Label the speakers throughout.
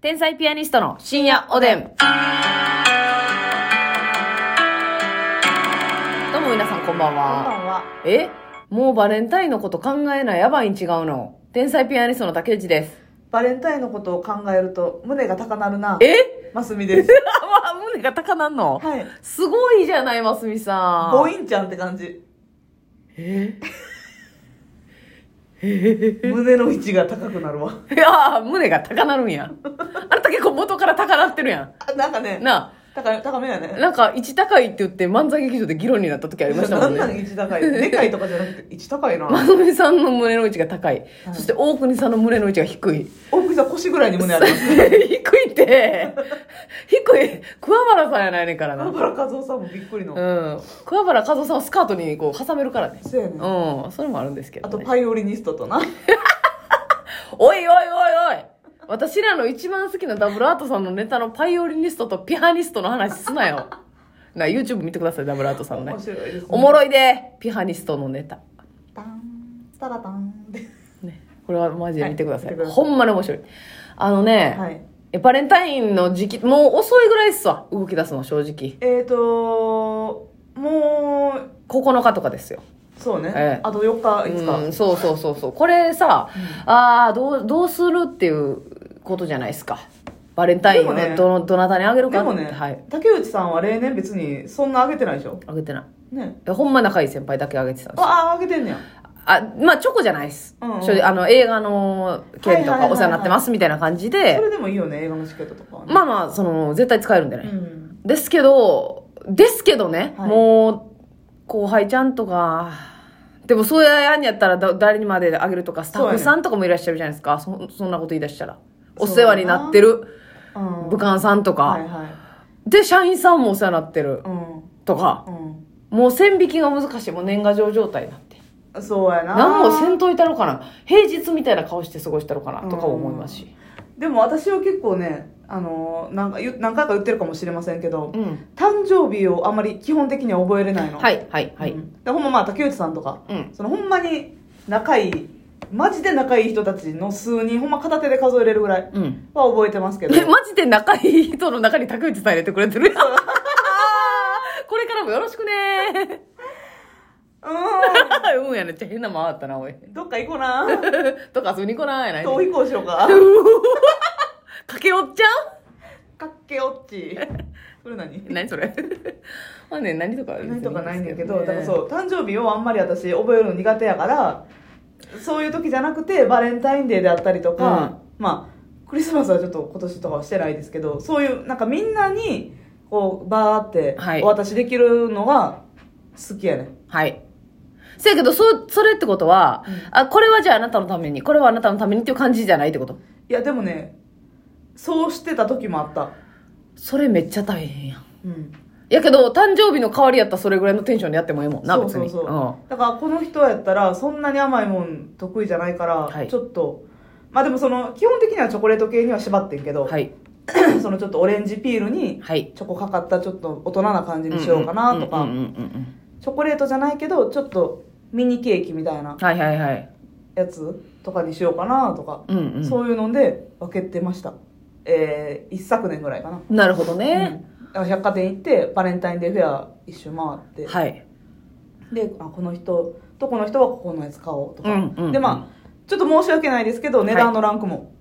Speaker 1: 天才ピアニストの深夜おでん。どうも皆さんこんばんは。
Speaker 2: こんばんは。
Speaker 1: えもうバレンタインのこと考えないやばいん違うの。天才ピアニストの竹内です。
Speaker 2: バレンタインのことを考えると胸が高鳴るな。
Speaker 1: え
Speaker 2: マスミです。
Speaker 1: まあ、胸が高なんの
Speaker 2: はい。
Speaker 1: すごいじゃない、ますみさん。
Speaker 2: ボインちゃんって感じ。 胸の位置が高くなるわ。
Speaker 1: いやー、胸が高なるん や。あなた結構元から高なってるや
Speaker 2: あなんかね
Speaker 1: ん。、な
Speaker 2: 高い高めやね
Speaker 1: あ、。なんか、一高いって言って漫才劇場で議論になった時ありましたも
Speaker 2: なん んなん
Speaker 1: ね。
Speaker 2: 位置高い。でかいとかじゃなくて、位置高いな。
Speaker 1: ますみさんの胸の位置が高い。
Speaker 2: はい
Speaker 1: そして大国さんの胸の位置が低い。
Speaker 2: 大きさん腰ぐらいに胸あ
Speaker 1: 低
Speaker 2: ります。
Speaker 1: いって、低い、桑原さんやないねんから な
Speaker 2: 小。原和夫さんもびっくりの。
Speaker 1: うん。桑原和夫さんをスカートにこう挟めるからね。
Speaker 2: そうやね。
Speaker 1: うん。それもあるんですけ
Speaker 2: あ
Speaker 1: ど、
Speaker 2: と
Speaker 1: ね。
Speaker 2: パイオリニストとな。
Speaker 1: おいおいおいおい私らの一番好きなダブルアートさんのネタのパイオリニストとピアニストの話すなよ。な、YouTube 見てください、ダブルアートさんの
Speaker 2: 面
Speaker 1: ね。
Speaker 2: 白いです、ね。
Speaker 1: おもろいで、ピアニストのネタ。
Speaker 2: タン、タラタンって。
Speaker 1: ね。これはマジで見てくださ。
Speaker 2: はいい見てくださ
Speaker 1: ほんまに面白い。あのね、
Speaker 2: はい。
Speaker 1: バレンタインの時期、もう遅いぐらいっすわ。動き出すの、正直。
Speaker 2: えーともう、
Speaker 1: 9日とかですよ。
Speaker 2: そうね。
Speaker 1: ええ
Speaker 2: あと4日、5日。
Speaker 1: うん、そうそうそうそうこれさ、ああどうどうするっていうことじゃないですかバレンタインを
Speaker 2: でもね
Speaker 1: どのどなたにあげるか
Speaker 2: で
Speaker 1: って
Speaker 2: もね、
Speaker 1: はい
Speaker 2: 竹内さんは例年別にそんなあげてないでしょ
Speaker 1: あげてない
Speaker 2: ね
Speaker 1: えほんま仲いい先輩だけあげてたんですよ
Speaker 2: あああげてんねや
Speaker 1: あまあチョコじゃないです、
Speaker 2: うんうん
Speaker 1: 正直あの映画の件と
Speaker 2: はいはいはいは
Speaker 1: か
Speaker 2: い
Speaker 1: お世話になってますみたいな感じで、
Speaker 2: それでもいいよね映画のチケットとかはね
Speaker 1: まあまあその絶対使えるんでね、
Speaker 2: うん
Speaker 1: ですけどですけどね、
Speaker 2: はい
Speaker 1: もう後輩ちゃんとかでもそうやんやったらだ誰にまであげるとかスタッフさんとかもいらっしゃるじゃないですかそ,、そんなこと言い出したらお世話になってる
Speaker 2: うん
Speaker 1: 武漢さんとか、
Speaker 2: はいは
Speaker 1: で社員さんもお世話になってる
Speaker 2: いうん
Speaker 1: とか
Speaker 2: う
Speaker 1: もう線引きが難しいもう年賀状状態になって
Speaker 2: んそうやな
Speaker 1: 何もせんといたろかな平日みたいな顔して過ごしたろかなとか思いますし
Speaker 2: でも私は結構ねあのーなんか言う何回か言ってるかもしれませんけど、
Speaker 1: うん
Speaker 2: 誕生日をあまり基本的には覚えれないの
Speaker 1: はいはいはい、
Speaker 2: うんでほんままあ竹内さんとか、
Speaker 1: うん
Speaker 2: そのほんまに仲いいマジで仲いい人たちの数人ほんま片手で数えれるぐらい
Speaker 1: うん
Speaker 2: は覚えてますけど
Speaker 1: え、マジで仲いい人の中に竹内さん入れてくれてるやん。 これからもよろしくね
Speaker 2: う
Speaker 1: ー。うんやね。ちゃ変な回ったな、おい。
Speaker 2: ん。どっか行こうな。
Speaker 1: とか遊びに来ないない。
Speaker 2: 逃避行しよ うか。
Speaker 1: かけおっちゃ
Speaker 2: かっけおっち。それ何
Speaker 1: ん何それ まあね、何とかは別に
Speaker 2: 何とかないんだけど、
Speaker 1: いい
Speaker 2: だか
Speaker 1: で
Speaker 2: ら
Speaker 1: す
Speaker 2: そう、誕生日をあんまり私覚えるの苦手やから、そういう時じゃなくて、バレンタインデーであったりとか、まあ、クリスマスはちょっと今年とかはしてないですけど、そういう、なんかみんなに、こう、バーって
Speaker 1: はい
Speaker 2: お渡しできるのが好きやね。
Speaker 1: はい。せやけど、そう、それってことは、あ、これはじゃああなたのために、これはあなたのためにっていう感じじゃないってこと。
Speaker 2: いや、でもね、そうしてた時もあった。
Speaker 1: それめっちゃ大変やん。
Speaker 2: うん。
Speaker 1: やけど、誕生日の代わりやったらそれぐらいのテンションでやってもええもんな、
Speaker 2: そう
Speaker 1: 別
Speaker 2: そ
Speaker 1: に。
Speaker 2: うそう、
Speaker 1: ん
Speaker 2: だからこの人やったらそんなに甘いもん得意じゃないから、
Speaker 1: はい
Speaker 2: ちょっとまあでもその基本的にはチョコレート系には縛ってんけど、
Speaker 1: はい。
Speaker 2: そのちょっとオレンジピールに
Speaker 1: はい。
Speaker 2: チョコかかったちょっと大人な感じにしようかなとか、
Speaker 1: うんうんうんうんうん
Speaker 2: チョコレートじゃないけどちょっとミニケーキみたいな
Speaker 1: はいはいはい。
Speaker 2: やつとかにしようかなとか、
Speaker 1: うんうん。
Speaker 2: そういうので分けてましたえー、一昨年ぐらいかな、
Speaker 1: なるほど
Speaker 2: うん
Speaker 1: ね。
Speaker 2: だから百貨店行ってバレンタインデーフェア一周回って、
Speaker 1: はい。
Speaker 2: であこの人とこの人はここのやつ買おうとか、
Speaker 1: うんうんうん
Speaker 2: でまあちょっと申し訳ないですけど値段のランクも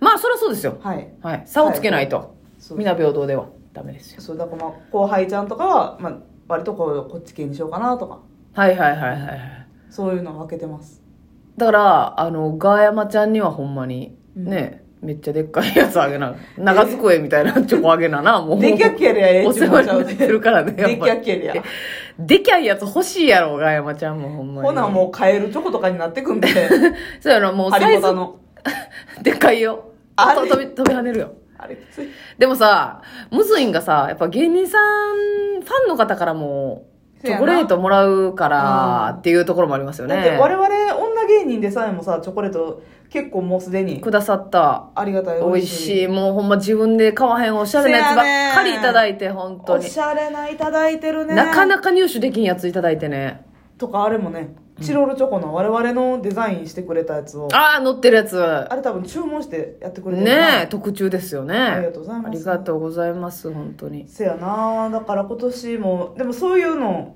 Speaker 1: まあ、そりゃそうですよ。
Speaker 2: はい、
Speaker 1: はい。差をつけないと。
Speaker 2: そう
Speaker 1: 皆平等ではダメですよ。
Speaker 2: そうだからまあ後輩ちゃんとかは、まあ、割とこうこっち系にしようかなとか
Speaker 1: はいはいはいはいはい。
Speaker 2: そういうのを分けてます
Speaker 1: だから、あの、ガーヤマちゃんにはほんまに、
Speaker 2: うん
Speaker 1: ね、めっちゃでっかいやつあげな。長机みたいなチョコあげな な、もう。
Speaker 2: できゃけりゃええ
Speaker 1: お世話になっ
Speaker 2: で
Speaker 1: てるからね。やっ
Speaker 2: で
Speaker 1: ぱ
Speaker 2: きゃけりゃ
Speaker 1: できゃいやつ欲しいやろ、ガーヤマちゃんもほんまに。
Speaker 2: ほなもう買えるチョコとかになってくんで
Speaker 1: そうやろ、もう
Speaker 2: ハ
Speaker 1: サ
Speaker 2: リ
Speaker 1: イズ
Speaker 2: ボタ、の
Speaker 1: でっかいよ。
Speaker 2: あ
Speaker 1: と
Speaker 2: れ
Speaker 1: 飛び、飛び跳ねるよ。
Speaker 2: あれきつい
Speaker 1: でもさ、ムズインがさ、やっぱ芸人さん、ファンの方からも、
Speaker 2: せ
Speaker 1: チ
Speaker 2: や
Speaker 1: ョ
Speaker 2: な
Speaker 1: コレートもらうから
Speaker 2: うん
Speaker 1: っていうところもありますよ
Speaker 2: だって
Speaker 1: ね。
Speaker 2: 我々女芸人でさえもさチョコレート結構もうすでに
Speaker 1: くださった、
Speaker 2: ありがたい
Speaker 1: 美味しい、もうほんま自分で買わへんおしゃれなやつばっかりいただいて、本当
Speaker 2: お
Speaker 1: に。
Speaker 2: しゃれないただいてるね
Speaker 1: なか
Speaker 2: か
Speaker 1: なか入手できんやついただいてね。
Speaker 2: とかあれもねチロルチョコの我々のデザインしてくれたやつを、
Speaker 1: ああ、乗ってるやつ。
Speaker 2: あれ多分注文してやってくれてるな
Speaker 1: ねえ、特注ですよね。
Speaker 2: ありがとうございます
Speaker 1: ありがとうございます、本当に。
Speaker 2: せやなだから今年もでもそういうの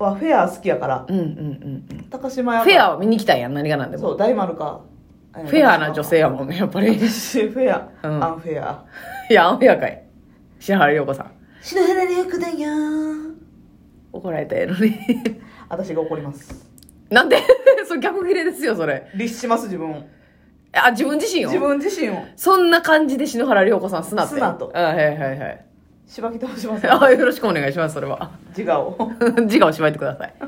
Speaker 2: はフェア好きやから
Speaker 1: うんうんうんうん。
Speaker 2: 高島屋
Speaker 1: フェアを見に来たんやん、何が何で
Speaker 2: そ
Speaker 1: も。
Speaker 2: う大丸かフ
Speaker 1: フェアな女性やもんね、やっぱり。
Speaker 2: フェア、
Speaker 1: うん
Speaker 2: アンフェア
Speaker 1: いや、アンフェアかい。篠原涼子さん。
Speaker 2: 篠原涼子だよ
Speaker 1: 怒られたやろね。
Speaker 2: 私が怒ります
Speaker 1: なんで それ逆切れですよ、それ。
Speaker 2: 律します自分を
Speaker 1: あ、自分自身を
Speaker 2: 自分自身を
Speaker 1: そんな感じで篠原涼子さん、すなって。
Speaker 2: すなと
Speaker 1: あはいはいはい。
Speaker 2: しばき倒します
Speaker 1: あよろしくお願いします、それは。
Speaker 2: 自我を
Speaker 1: 自我をしまいてください。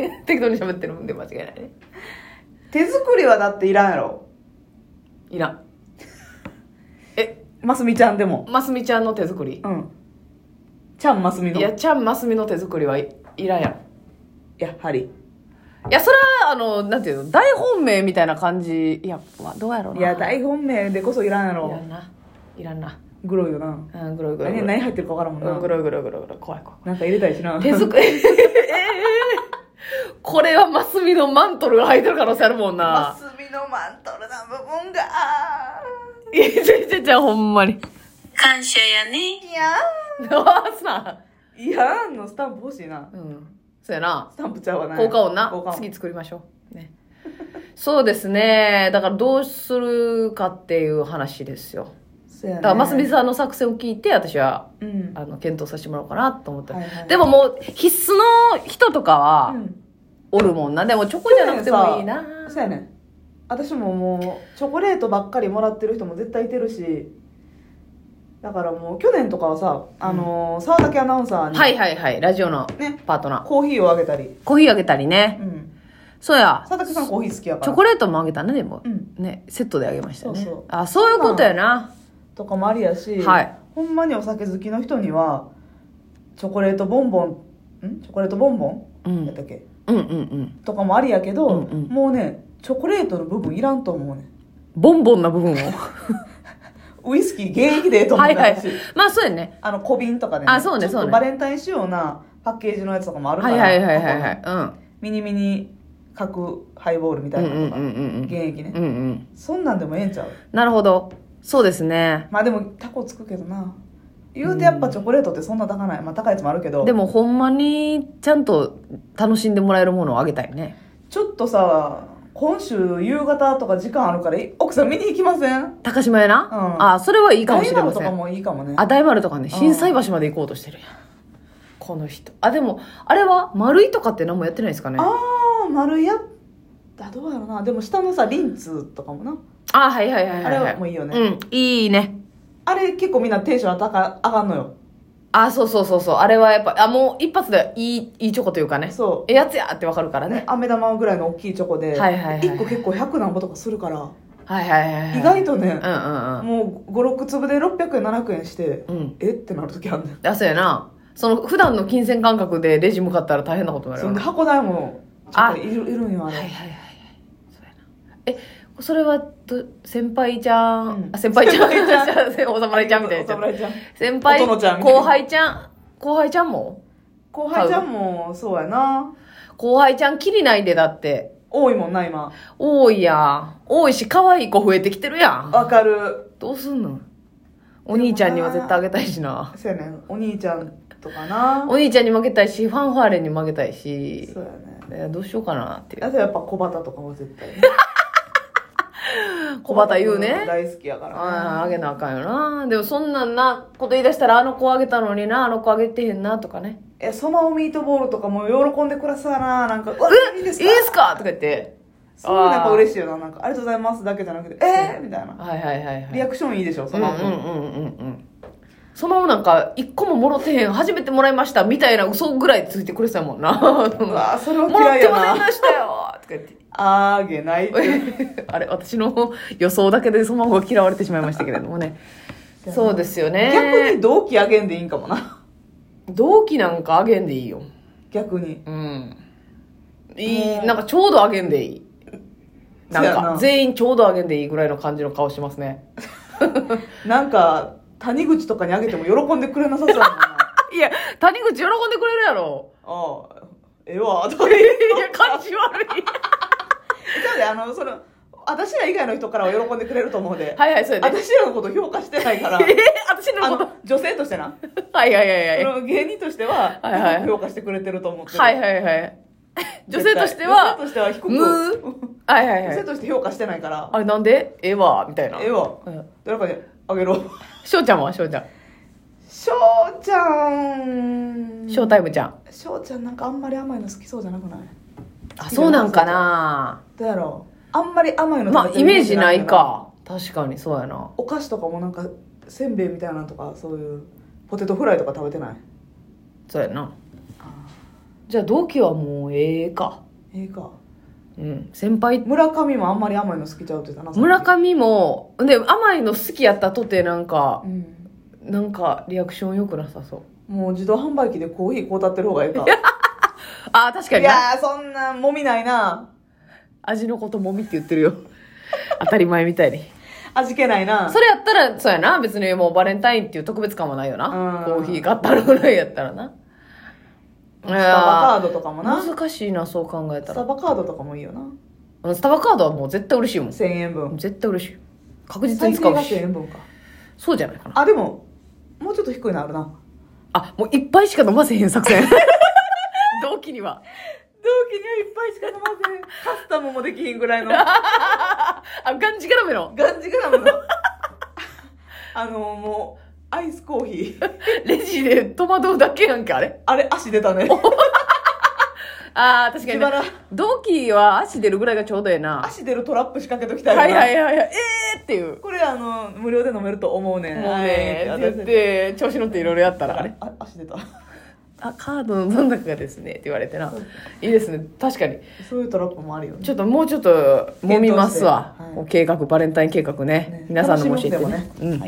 Speaker 1: ね適当に喋ってるもんで間違いないね。
Speaker 2: 手作りはだっていらんやろ
Speaker 1: いらん。え、
Speaker 2: ますみちゃんでも
Speaker 1: ますみちゃんの手作り
Speaker 2: うんちゃんますみの
Speaker 1: いや、ちゃんますみの手作りはいいらんやろ。
Speaker 2: やはり
Speaker 1: いや、それは、あの、なんていうの、大本命みたいな感じ。いや、まあ、どうやろうな。
Speaker 2: いや大本命でこそいらんや
Speaker 1: いら
Speaker 2: ろ
Speaker 1: んな。いらんな。
Speaker 2: グロいよな
Speaker 1: うん、ぐろいぐろいぐろ
Speaker 2: 何
Speaker 1: い。
Speaker 2: 何入ってるか分からんもんな、
Speaker 1: うんぐろいぐろいぐろいぐろい。怖い怖い。
Speaker 2: なんか入れたいしな。
Speaker 1: 手作り。 えーこれはますみのマントルが入ってる可能性あるもん
Speaker 2: マ
Speaker 1: な。
Speaker 2: スミのマントルな部分が。
Speaker 1: いや、ちゃちゃちゃ、ほんま に。
Speaker 3: 感謝やね。
Speaker 2: いや
Speaker 1: ああ、すな。
Speaker 2: ーん。いやーんのスタンプ欲しいな。
Speaker 1: うん。そうやな。
Speaker 2: スタンプちゃうわな。
Speaker 1: 効果音な
Speaker 2: 効果音。
Speaker 1: 次作りましょうねそうですねだからどうするかっていう話ですよ
Speaker 2: そうや
Speaker 1: だ
Speaker 2: ね。
Speaker 1: からますみさんの作戦を聞いて私は
Speaker 2: うん。
Speaker 1: あの検討させてもらおうかなと思って、
Speaker 2: はいはい
Speaker 1: でももう必須の人とかは
Speaker 2: うん
Speaker 1: おるもんなでもチョコじゃなくてもいいな
Speaker 2: そうやね。私ももう、チョコレートばっかりもらってる人も絶対いてるし、だからもう、去年とかはさ、あのー、沢崎アナウンサーに、
Speaker 1: はいはいはいラジオの
Speaker 2: ね、
Speaker 1: パートナー
Speaker 2: コーヒーをあげたり。
Speaker 1: コーヒーあげたりね
Speaker 2: うん。
Speaker 1: そうや
Speaker 2: 沢崎さんコーヒー好きやから。
Speaker 1: チョコレートもあげたねでも
Speaker 2: う、ん。
Speaker 1: ねセットであげましたよね
Speaker 2: そうそう
Speaker 1: あそういうことやな
Speaker 2: とかもありやし、
Speaker 1: はい
Speaker 2: ほんまにお酒好きの人にはチョコレートボンボンんチョコレートボンボ
Speaker 1: う
Speaker 2: ン
Speaker 1: ん
Speaker 2: やったっけ、
Speaker 1: うんうんうん
Speaker 2: とかもありやけど、
Speaker 1: うんうん
Speaker 2: もうねチョコレートの部分いらんと思うね
Speaker 1: ボンボンな部分を
Speaker 2: ウイスキー現役でええと思う
Speaker 1: は
Speaker 2: ね
Speaker 1: いはい
Speaker 2: 私
Speaker 1: まあそうやね
Speaker 2: あの小瓶とかね
Speaker 1: あそうね
Speaker 2: ちょっと
Speaker 1: そうね
Speaker 2: バレンタイン仕様なパッケージのやつとかもあるか
Speaker 1: は
Speaker 2: ら
Speaker 1: いはいはいはいは
Speaker 2: こ
Speaker 1: い。うん
Speaker 2: こミニミニ角ハイボールみた
Speaker 1: う
Speaker 2: い
Speaker 1: ん
Speaker 2: な
Speaker 1: うんう
Speaker 2: のとか、
Speaker 1: んうん。
Speaker 2: 現役ね、
Speaker 1: うんうん。
Speaker 2: そんなんでもええんちゃう
Speaker 1: なるほど。そうですね。
Speaker 2: まあでもタコつくけどな言うてやっぱチョコレートってそんな高ないまあ高いやつもあるけど
Speaker 1: でもほんまにちゃんと楽しんでもらえるものをあげたいね。
Speaker 2: ちょっとさ、今週夕方とか時間あるから、い奥さん見に行きません
Speaker 1: 高島屋な、
Speaker 2: うん
Speaker 1: あ、それはいいかもしれ
Speaker 2: 大
Speaker 1: ま
Speaker 2: 丸と
Speaker 1: せ
Speaker 2: か
Speaker 1: ん。
Speaker 2: もいいかもね。
Speaker 1: あ、大丸とかね、
Speaker 2: うん
Speaker 1: 震災橋まで行こうとしてるやん。この人。あ、でも、あれは丸いとかって何もやってないですかねあ
Speaker 2: あー、丸いや、あどうやろな。でも下のさ、リンツとかもな。
Speaker 1: はいはいはいはい、
Speaker 2: あれはもういいよね
Speaker 1: うん、いいね。
Speaker 2: あれ結構みんなテンション高上がんのよ。
Speaker 1: あ、そうそうそうそう。あれはやっぱ、あ、もう一発でいい、いいチョコというかね。
Speaker 2: そ
Speaker 1: え、やつやってわかるから
Speaker 2: う。ね
Speaker 1: ね。、
Speaker 2: 飴玉ぐらいの大きいチョコで、
Speaker 1: はいはいはい
Speaker 2: 1個結構100何個とかするから、
Speaker 1: はいはいはい、はい。
Speaker 2: 意外とね、
Speaker 1: うんうんうん。
Speaker 2: もう5、6粒で600円、700円して、
Speaker 1: うん
Speaker 2: えってなる時あるねん。
Speaker 1: あ、そうやな。その、普段の金銭感覚でレジ向かったら大変なことになる
Speaker 2: そ
Speaker 1: よ
Speaker 2: ん
Speaker 1: な
Speaker 2: で箱代も、ちょっといるいるんよ、あ
Speaker 1: はい
Speaker 2: れ。
Speaker 1: はいはいはい。そうやな。え、それは、ど先輩ちゃん、
Speaker 2: うん
Speaker 1: あ先輩ちゃん、
Speaker 2: 先輩
Speaker 1: お侍ちゃんみたいなやつ
Speaker 2: お侍ちゃん。
Speaker 1: 先輩、
Speaker 2: お殿ちゃんみたいな
Speaker 1: 後輩ちゃん、後輩ちゃんも
Speaker 2: 後輩ちゃんも、そうやな。
Speaker 1: 後輩ちゃんきりないでだって。
Speaker 2: 多いもんな、今。
Speaker 1: 多いやん。多いし、可愛い子増えてきてるやん。
Speaker 2: わかる。
Speaker 1: どうすんのお兄ちゃんには絶対あげたいしな。
Speaker 2: そうやねん。お兄ちゃんとかな。
Speaker 1: お兄ちゃんに負けたいし、ファンファーレに負けたいし
Speaker 2: そ、うやね。
Speaker 1: いやどうしようかなっていう
Speaker 2: あ。とやっぱ小畑とかも絶対ね。
Speaker 1: 小畑言うね
Speaker 2: 大好きやからね。
Speaker 1: あああげなあかんよなでもそんなんなこと言い出したらあの子あげたのになあの子あげてへんなとかね
Speaker 2: え、そばをミートボールとかも喜んでくださいな。なんか、うわ、
Speaker 1: え
Speaker 2: いい
Speaker 1: いい
Speaker 2: で
Speaker 1: ですすか
Speaker 2: か
Speaker 1: とか言って
Speaker 2: そういうのやっぱ嬉
Speaker 1: しい
Speaker 2: しいよな。なんか、ありがとうございますだけじゃなくて、えーみたいな。
Speaker 1: はいはいはいはい
Speaker 2: リアクションいいでしょ、そ
Speaker 1: うんう
Speaker 2: ば
Speaker 1: んうんうんうんそのままなんか一個ももろてへん初めてもらいましたみたいな嘘ぐらいついてくれてたも んな
Speaker 2: うわそれは
Speaker 1: もら
Speaker 2: 嫌
Speaker 1: っ
Speaker 2: い
Speaker 1: て
Speaker 2: や
Speaker 1: ません
Speaker 2: な。
Speaker 1: でしたよとか言って
Speaker 2: あげないって。
Speaker 1: あれ私の予想だけでそのまま嫌われてしまいましたけれどもね そうですよね
Speaker 2: 逆に同期あげんでいいんかもな。
Speaker 1: 同期なんかあげんでいいよ
Speaker 2: 逆に。
Speaker 1: うん。いい、
Speaker 2: うん
Speaker 1: なんかちょうどあげんでいい。なん
Speaker 2: そうや
Speaker 1: か
Speaker 2: な、
Speaker 1: 全員ちょうどあげんでいいぐらいの感じの顔してますね。
Speaker 2: なんか、谷口とか にあげても喜んでくれなさそうやもんな。
Speaker 1: いや、谷口喜んでくれるやろ。
Speaker 2: ああ、ええわ、と か言って。
Speaker 1: いや、感じ悪い。
Speaker 2: なので、あの、その、私ら以外の人からは喜んでくれると思うで。
Speaker 1: はいはい、そうやで。
Speaker 2: 私らのこと評価してない から
Speaker 1: え、ー、私
Speaker 2: あ
Speaker 1: のこ
Speaker 2: の、女性としてな。
Speaker 1: と。はいはいはい
Speaker 2: そ
Speaker 1: はい。
Speaker 2: の芸人としては
Speaker 1: はいはい、
Speaker 2: 評価してくれてると思ってる。
Speaker 1: はいはいはい。女
Speaker 2: 絶
Speaker 1: 性
Speaker 2: 対
Speaker 1: としては、
Speaker 2: 女性としては低く
Speaker 1: むー。はいはい
Speaker 2: 女
Speaker 1: は
Speaker 2: 性
Speaker 1: い。
Speaker 2: として評価してないから、
Speaker 1: あれなんでええわ、みたいな。
Speaker 2: ええわ。
Speaker 1: うん。
Speaker 2: 誰かにあげろ。
Speaker 1: しょうちゃんはしょうちゃん。
Speaker 2: しょうちゃん。
Speaker 1: ショータイムちゃん。
Speaker 2: しょうちゃんなんかあんまり甘いの好きそうじゃなくない
Speaker 1: あ、そうなんかな
Speaker 2: どうやろうあんまり甘いの
Speaker 1: まあ、
Speaker 2: 食べて
Speaker 1: イ
Speaker 2: る
Speaker 1: メージない
Speaker 2: から
Speaker 1: か。確かに、そうやな。
Speaker 2: お菓子とかもなんかせんべいみたいなのとかそういうポテトフライとか食べてない
Speaker 1: そうやな。じゃあ、同期はもうええか。
Speaker 2: ええか
Speaker 1: うん。先輩
Speaker 2: 村上もあんまり甘いの好きちゃうって言ったなさっき
Speaker 1: 村上も、で、甘いの好きやったとて、なんか、
Speaker 2: うん
Speaker 1: なんか、リアクション良くなさそう。
Speaker 2: もう自動販売機でコーヒーこうたってる方がええか
Speaker 1: あー、確か
Speaker 2: い
Speaker 1: にな。
Speaker 2: やーそんなもみないな
Speaker 1: 味のこともみって言ってる よ。当たり前みたいに。
Speaker 2: 味気ないな
Speaker 1: それやったら、そうやな。別にもうバレンタインっていう特別感はないよな。
Speaker 2: うん
Speaker 1: コーヒー買ったのぐらいやったらな。い
Speaker 2: スタバ
Speaker 1: や
Speaker 2: カードとかもなス
Speaker 1: ー難しいな、そう考えた
Speaker 2: タ
Speaker 1: ら。
Speaker 2: バカードとかもいいよな
Speaker 1: うんスタバカードはもう絶対嬉しいも
Speaker 2: 1000円分
Speaker 1: ん。絶対嬉しい。確実
Speaker 2: 最
Speaker 1: に
Speaker 2: 低
Speaker 1: 使う
Speaker 2: が1000
Speaker 1: し。
Speaker 2: 円分か
Speaker 1: そうじゃないかな。
Speaker 2: あでももうちょっと低いのあるな
Speaker 1: あ、もういっぱいしか飲ませへん作 戦。同期には。
Speaker 2: 同期にはいっぱいしか飲ませんカスタムもできひんぐらいの
Speaker 1: あ、がんじがらめの。
Speaker 2: ガンジグラムのあのもうアイスコーヒー
Speaker 1: レジで戸惑うだけやんけ、あれ。
Speaker 2: あれ足出たね
Speaker 1: ああ、確かに、
Speaker 2: 自
Speaker 1: ね
Speaker 2: 腹。
Speaker 1: 同期は足出るぐらいがちょうどええな。
Speaker 2: 足出るトラップ仕掛けときた
Speaker 1: はい
Speaker 2: よ
Speaker 1: い
Speaker 2: な
Speaker 1: はいはいはい。ええー、っていう。
Speaker 2: これあの無料で飲めると思うね
Speaker 1: もうね、
Speaker 2: は
Speaker 1: っ
Speaker 2: い
Speaker 1: て言って、調子乗っていろいろやったら、あれ
Speaker 2: あ足出た
Speaker 1: あ、カードの残高がですね、って言われてな。いいですね。確かに。
Speaker 2: そういうトラップもあるよね
Speaker 1: ちょっともうちょっと、揉みますわ
Speaker 2: 検討し。てはい
Speaker 1: もう計画、バレンタイン計画ね。
Speaker 2: ね
Speaker 1: 皆さんのもし行ってね
Speaker 2: 楽しみますでも
Speaker 1: うん。
Speaker 2: はい